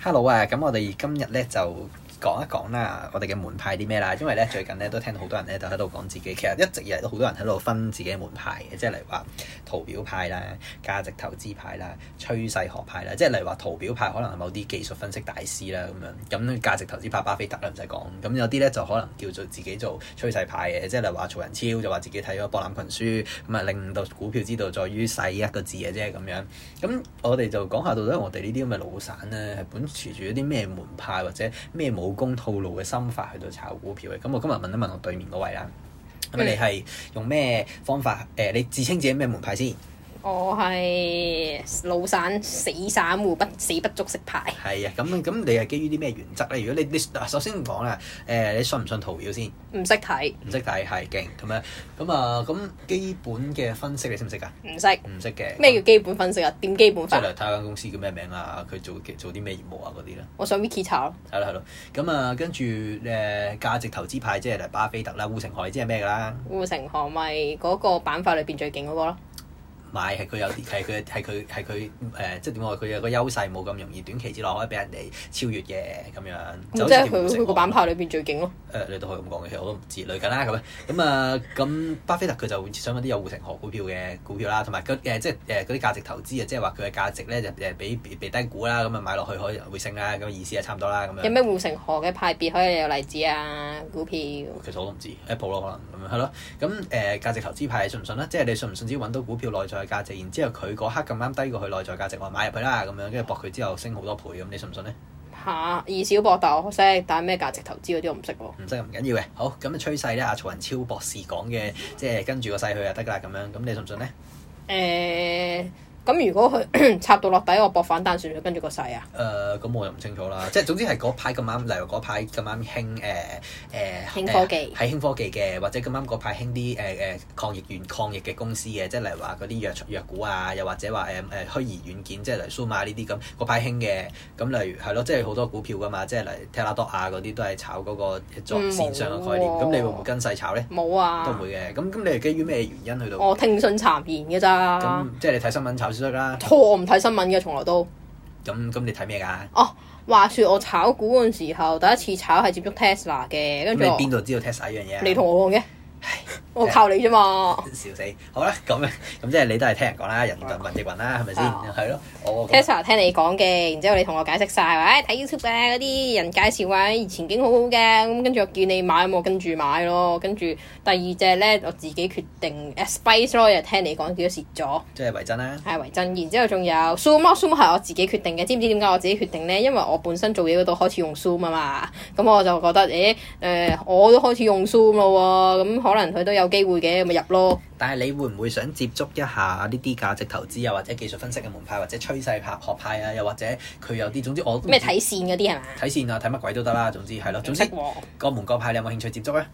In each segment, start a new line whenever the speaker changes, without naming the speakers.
Hello 啊，咁我哋今日咧就講一講啦，我哋嘅門派啲咩啦，因為咧最近咧都聽到好多人咧就喺度講自己，其實一直以嚟都好多人喺度分自己嘅門派嘅，即係例如話圖表派啦、價值投資派啦、趨勢學派啦，即係例如話圖表派可能係某啲技術分析大師啦咁樣，咁價值投資派巴菲特啦唔使講，咁有啲咧就可能叫做自己做趨勢派嘅，即係例如話曹仁超就話自己睇咗博覽群書，咁啊令到股票之道在於細一個字嘅啫咁樣。咁我哋就講下到底我哋呢啲咁嘅老散咧，係本持住一啲咩門派或者咩武功套路嘅心法去到炒股票嘅。咁我今日問一問我對面嗰位啦，
嗯
咁你係用咩方法？誒、你自稱自己咩門派先？
我係老散死散户，不死不足食牌。
係啊，咁咁你係基於啲咩原則咧？如果你你嗱首先講啦，誒、你信唔信圖表先？
唔識睇，
唔識睇係勁咁樣，咁啊咁基本嘅分析你識唔識啊？
唔識
唔識嘅
咩叫基本分析啊？點基本
即係
法
例？如睇下間公司叫咩名啊，佢做做啲咩業務啊嗰啲啦。
我上 Wiki 查咯，
係咯係咯，咁啊跟住誒價值投資派即係例如巴菲特啦、護城河即係咩㗎啦？
護城河咪嗰個板塊裏邊最勁嗰個咯。
買係佢有啲係佢係佢係佢誒，即係點講？佢有個優勢冇咁容易短期之內可以俾人哋超越嘅咁樣。就好
咁
似
即係
條護
佢
城河
佢個板塊裏邊最勁咯。
誒、你都可以咁講嘅，其實我都唔知類緊啦咁樣。咁啊，咁巴菲特佢就想揾啲有護城河股票嘅股票啦，同埋嗰誒即係誒嗰啲價值投資啊，即係話佢嘅價值咧就誒比比比低估啦，咁啊買落去可以會升啦，咁意思係差唔多啦咁樣。
有咩護城河嘅派別可以有例子啊？股票
其實我都唔知 Apple 咯，可能咁樣係咯。咁誒、呃價值投資派你信唔信啦？即係你信唔信只要揾到股票內在嘅價值，然之後佢嗰刻咁啱低過佢內在價值，我買入去啦咁樣，跟住博佢之後升好多倍咁，你信唔信咧？
嚇，以小博大我識，但係咩價值投資嗰啲我唔識喎。
唔識唔緊要嘅。好咁啊趨勢咧，阿曹仁超博士講嘅，即係跟住個勢去就得㗎啦咁樣。咁你信唔信咧？
誒，咁如果佢 插到落底，我博反彈算唔算跟住個勢啊？
呃誒咁、我又唔清楚 啦，即係總之係嗰排咁啱，例如嗰排咁啱興誒誒
興科技
係、興科技嘅，或者咁啱嗰排興啲誒誒抗疫
嗯
軟抗疫嘅公司嘅，即係例如話嗰啲藥藥股啊，又或者話誒誒虛擬軟件，即係例如 Zoom 啊呢啲咁嗰排興嘅，咁例如係咯，即係好多股票噶嘛，即係例如 Teladoc 啊嗰啲都係炒嗰個作
嗯
線上嘅概念，
冇
咁、
喎
你會唔會跟勢炒咧？
冇
都唔
啊，
會嘅，咁咁你係基於咩原因去到？
我聽信讒言嘅咋。
咁即係你睇新聞炒消息啦，
錯，我唔睇新聞嘅，從來都。哦
咁咁你睇咩啊㗎？
話說我炒股嗰陣時候，第一次炒係接觸 Tesla 嘅，
咁你
跟住我
邊度知道 Tesla 呢樣嘢啊？
你同我講嘅，我靠你啫嘛。
笑死！好啦，咁咁即係你都係聽人講啦，人云亦云啦，係咪先？
啊
係咯，我
Tesla 聽你講嘅，然之後你同我解釋晒，話唉睇 YouTube 啊嗰啲人介紹話唉前景好好嘅，咁跟住我見你買，咁我跟住買咯。跟住第二隻咧，我自己決定誒 Space 咯，又聽你講幾多蝕咗，
即係維珍啦，
係為真。然之後仲有 Zoom 啊，Zoom 係我自己決定嘅，知唔知點解我自己決定呢？因為我本身做嘢嗰度開始用 Zoom 啊嘛，咁我就覺得誒誒、我都開始用 Zoom 咯喎，咁可能佢都有機會嘅，咪入咯。
但係你會唔會想接觸一下呢啲價值投資啊，或者技術分析嘅門派，或者趨勢派學派啊，又或者佢有啲總之我都唔知
咩睇線嗰啲係嘛？
睇線啊，睇乜鬼都得啦，總之係咯，總
唔
之
識喎，
各門各派你有冇興趣接觸啊？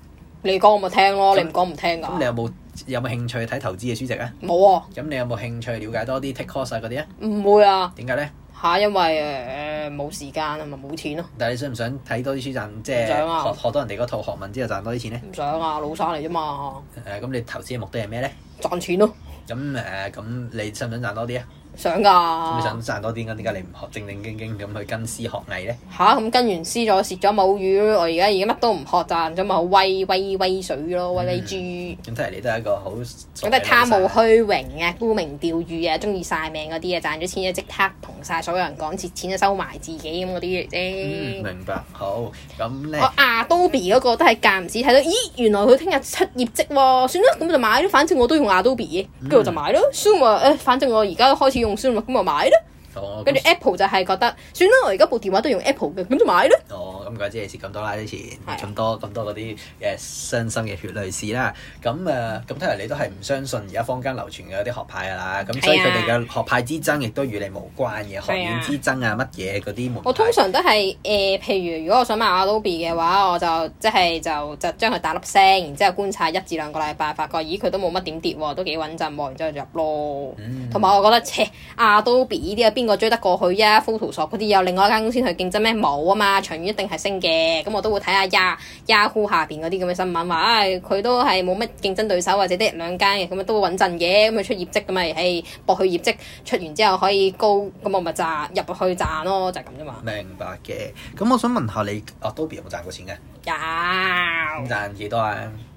你講我咪聽咯，
咁
你唔講唔聽
咁你
㗎。
有冇有冇興趣睇投資嘅書籍啊？
冇喎、
咁你有冇興趣了解多啲 take course 啊嗰啲啊？
唔會啊
點解咧？
嚇，因為誒冇、時間啊嘛，冇錢咯、
但係你想唔想睇多啲書賺，即係
唔想啊
學學多人哋嗰套學問之後賺多啲錢咧？
唔想啊，老生嚟啫嘛，
誒，咁你投資嘅目的係咩咧？
賺錢咯、
咁誒，咁你想唔想賺多啲啊？
想
咁你
㗎
想賺多啲，咁點解你唔學正正經經咁去跟師學藝咧？
吓，咁跟完師咗蝕咗冇魚，我而家而家乜都唔學賺咗咪好威威威水咯，威威豬。
咁睇嚟你都係一個好
咁
咁
都係貪慕虛榮啊、沽名釣譽啊、中意晒命嗰啲啊，賺咗錢就即刻同晒所有人講，蝕錢就收埋自己咁嗰啲嚟
嗯，
啫。
明白。好，咁咧
我 Adobe 嗰個都係間唔時睇到，咦，原來佢聽日出業績喎、算啦，咁就買咯，反正我都用 Adobe，跟住我就買咯。Zoom 啊，誒，反正我而家都開始用 Zoom 啦，咁咪買咯。
我
哦跟住 Apple 就係覺得，算啦，我而家部電話都用 Apple 嘅，咁就買咯。
哦，咁鬼知你蝕咁多啦，之前
係啊
咁多咁多嗰啲誒傷心嘅血淚史啦。咁誒，咁睇嚟你都係唔相信而家坊間流傳嘅嗰啲學派㗎啦。咁所以
係
佢
啊
哋嘅學派之爭亦都與你無關嘅，學院之爭啊，乜嘢嗰啲門
我通
派
常都係誒、呃譬如如果我想買 Adobe 嘅話，我就即係就就將佢打粒聲，然之後觀察一至兩個禮拜，發覺咦佢都冇乜點跌喎，都幾穩陣喎，然之後就入咯。
嗯
同埋、我覺得切 Adobe 呢啲啊，邊個追得過去啊？Photoshop 嗰啲有另外一間公司去競爭咩冇啊嘛，長遠一定係升嘅，咁我都會睇下 Ya- Yahoo 下邊嗰啲咁嘅新聞，話啊佢都係冇乜競爭對手或者得一兩間嘅，咁啊都穩陣嘅，咁佢出業績咁咪誒博佢業績出完之後可以高，咁我咪賺入去賺咯，就係咁啫嘛。
明白嘅。咁我想問下你，啊 Dobby 有冇賺過錢嘅？
有，
賺幾多啊？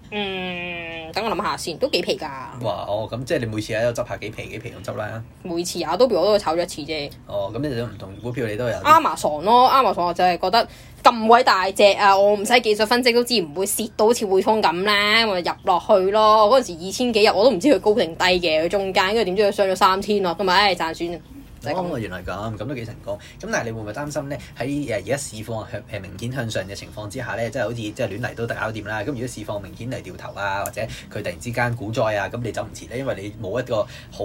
嗯，等我諗下先，都幾皮㗎，
哇！哦，咁即係你每次喺度執下幾皮幾皮咁執啦。
每次啊都比我都炒咗一次啫。
哦，咁你哋都唔同股票，你都有啲。
Amazon 咯，Amazon 我就係覺得咁鬼大隻啊！我唔使技術分析都知唔會蝕到好似匯豐咁啦，我就入落去咯。嗰陣時二千幾入，我都唔知佢高定低嘅，佢中間，跟住點知佢上咗三千咯，咁咪唉賺損啊就係咁。
哦，原來咁，咁都幾成功。咁但係你會唔會擔心咧？喺誒而家市況向誒明顯向上嘅情況之下咧，即係好似即係亂嚟都得搞掂啦。咁如果市況明顯嚟掉頭啊，或者佢突然之間股災啊，咁你走唔切咧，因為你冇一個好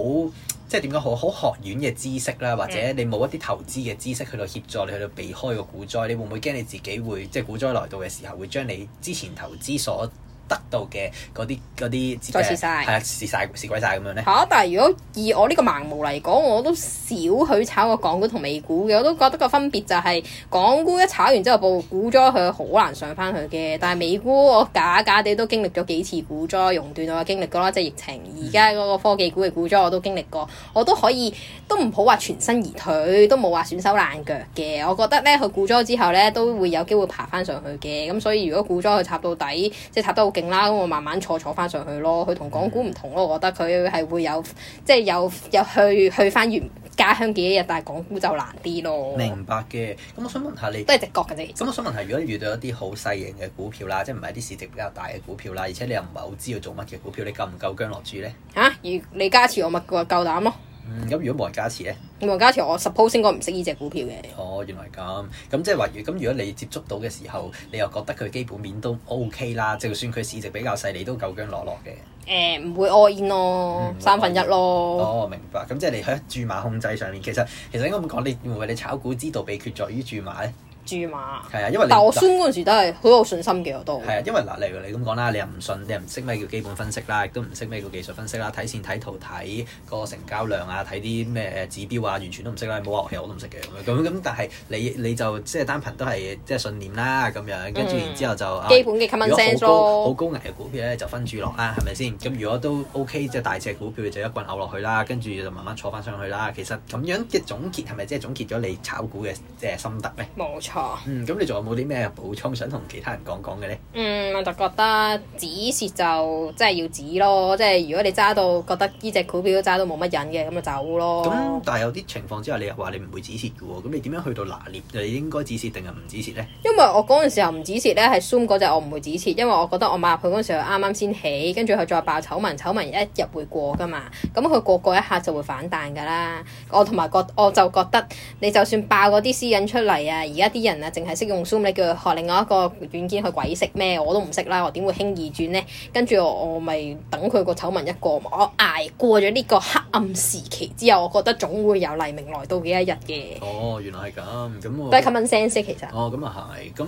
即係點講好好學院嘅知識啦，或
嗯
者你冇一啲投資嘅知識去到協助你去到避開個股災，你會唔會驚你自己會即係股災來到嘅時候會將你之前投資所得到嘅嗰啲嗰啲
再蝕晒
係啊，蝕晒蝕鬼晒咁樣咧
嚇、？但係如果以我呢個盲毛嚟講，我都少去炒過港股同美股嘅，我都覺得個分別就係、港股一炒完之後，部股災佢好難上翻去嘅，但係美股我假假地都經歷咗幾次股災熔斷，我有經歷過啦，即係疫情，而家嗰個科技股嘅股災我都經歷過，我都可以都唔好話全身而退，都冇話損手爛腳嘅。我覺得咧，佢股災之後咧都會有機會爬翻上去嘅，咁所以如果股災佢插到底，即係插得好勁啦，咁我慢慢坐坐翻上去咯。佢同港股唔同咯，我覺得佢係會有 即係有有去去翻原家鄉嘅一日，但係港股就難啲咯，
明白嘅。咁我想問下你。
都係直覺嘅啫。
咁我想問係，如果遇到一啲好細型嘅股票啦，即係唔係一啲市值比較大嘅股票啦，而且你又唔係好知道做乜嘅股票，你夠唔夠姜落注咧？
嚇、啊如你加持我咪夠夠膽咯。
嗯，咁如果冇人加持咧，
黃家條我 suppose 應該唔識呢只股票嘅，
哦，原來咁，咁即係話，如咁如果你接觸到嘅時候，你又覺得佢基本面都 OK 啦，就算佢市值比較細，你都夠姜落落嘅。
誒唔會 all in 咯
嗯，
三分一咯，
哦，明白。咁即係你喺注碼控制上面，其實其實應該咁講，你會唔會你炒股之道秘訣在於注碼咧？
注碼。
係啊，因為你
但我孫嗰陣時都係好有信心嘅，我都
係啊，因為嗱，例如你咁講啦，你又唔信，你又唔識咩叫基本分析啦，亦都唔識咩叫技術分析啦，睇線睇圖睇個成交量啊，睇啲咩誒指標啊，完全都唔識啦，冇話其實我都唔識嘅咁樣咁
嗯
咁，但係你你就即係單憑都係即係信念啦咁樣，跟住然之後就、啊
基本嘅 common
如果好
sense
高好
咯。
高危嘅股票咧就分注落啊啦，係咪先？咁如果都 OK 即係大隻股票就一棍咬落去啦，跟住就慢慢坐翻上去啦。其實咁樣嘅總結係咪即係總結咗你炒股嘅即係心得咧？
冇錯，
嗯，咁你仲有冇啲咩補充想同其他人講講嘅咧？
嗯，我就覺得止蝕就真係要止咯，即係如果你揸到覺得呢只股票都揸到冇乜癮嘅，咁就走咯。
咁但係有啲情況之下，你又話你唔會止蝕嘅喎，咁你點樣去到拿捏？你應該止蝕定係唔止蝕咧？
因為我嗰陣時候唔止蝕咧，係 Zoom 嗰只我唔會止蝕，因為我覺得我買入去嗰陣時候啱啱先起，跟住佢再爆醜聞，醜聞一日會過噶嘛，咁佢過過一下就會反彈噶啦。我同埋覺我就覺得你就算爆嗰啲私隱出嚟啊，而家啲人啊淨係識用 Zoom，你叫佢學另外一個軟件去鬼識咩？我都唔識啦，我點會輕易轉呢？跟住我我咪等佢個醜聞一過，我捱過咗呢個黑暗時期之後，我覺得總會有黎明來到嘅一日嘅，
哦，原來係咁，咁我
都係 common sense 啫其實。
哦咁啊係，咁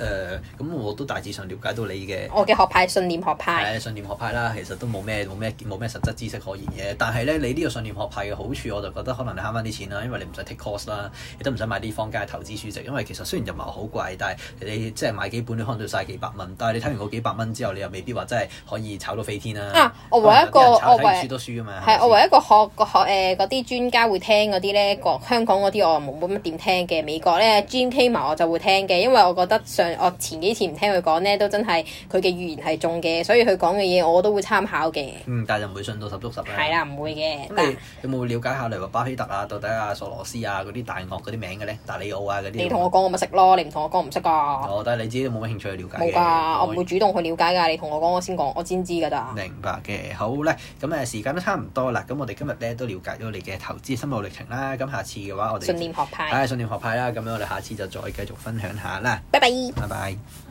誒咁我都大致上了解到你嘅。
我嘅學派信念學派。
係信念學派啦，其實都冇咩冇咩冇咩實質知識可言嘅。但係咧，你呢個信念學派嘅好處，我就覺得可能你慳翻啲錢啦，因為你唔使 take course 啦，亦都唔使買啲坊間嘅投資書籍。因為其實雖然就唔係好貴，但係你即係買幾本都可能到晒幾百蚊。但係你睇完嗰幾百蚊之後，你又未必話真係可以炒到飛天啦。
啊我唯一一個
可能有啲人炒
我
睇完
唯
書多書㗎嘛。
係，我
咪
唯一一個學個學誒嗰啲專家會聽嗰啲咧，國香港嗰啲我冇冇乜點聽嘅。美國咧 Jim Cramer 我就會聽嘅，因為我覺得上我前幾次唔聽佢講咧，都真係佢嘅語言係中嘅，所以佢講嘅嘢我都會參考嘅。
嗯，但係就唔會信到十足十啦。
係啦，啊唔會嘅。但
咁啊你有冇了解下例如話巴菲特啊、到底啊、索羅斯啊嗰啲大鱷嗰啲名嘅咧？達里奧啊嗰啲。
你同我講我咪識咯，你唔同我講唔識噶，
哦，但係你自己都冇乜興趣去了解嘅。
冇㗎，我
哦
唔會主動去了解㗎。你同我講我先講，我先知㗎咋。
明白嘅，好咧，咁誒時間都差唔多啦，咁我哋今日咧都了解咗你嘅投資心路歷程啦，咁下次嘅話我哋啊
信念學派，
係信念學派啦，咁樣我哋下次就再繼續分享下啦，
拜拜。
拜拜。